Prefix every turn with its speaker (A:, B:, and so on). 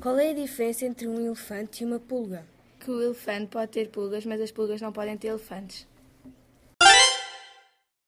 A: Qual é a diferença entre um elefante e uma pulga?
B: Que o elefante pode ter pulgas, mas as pulgas não podem ter elefantes.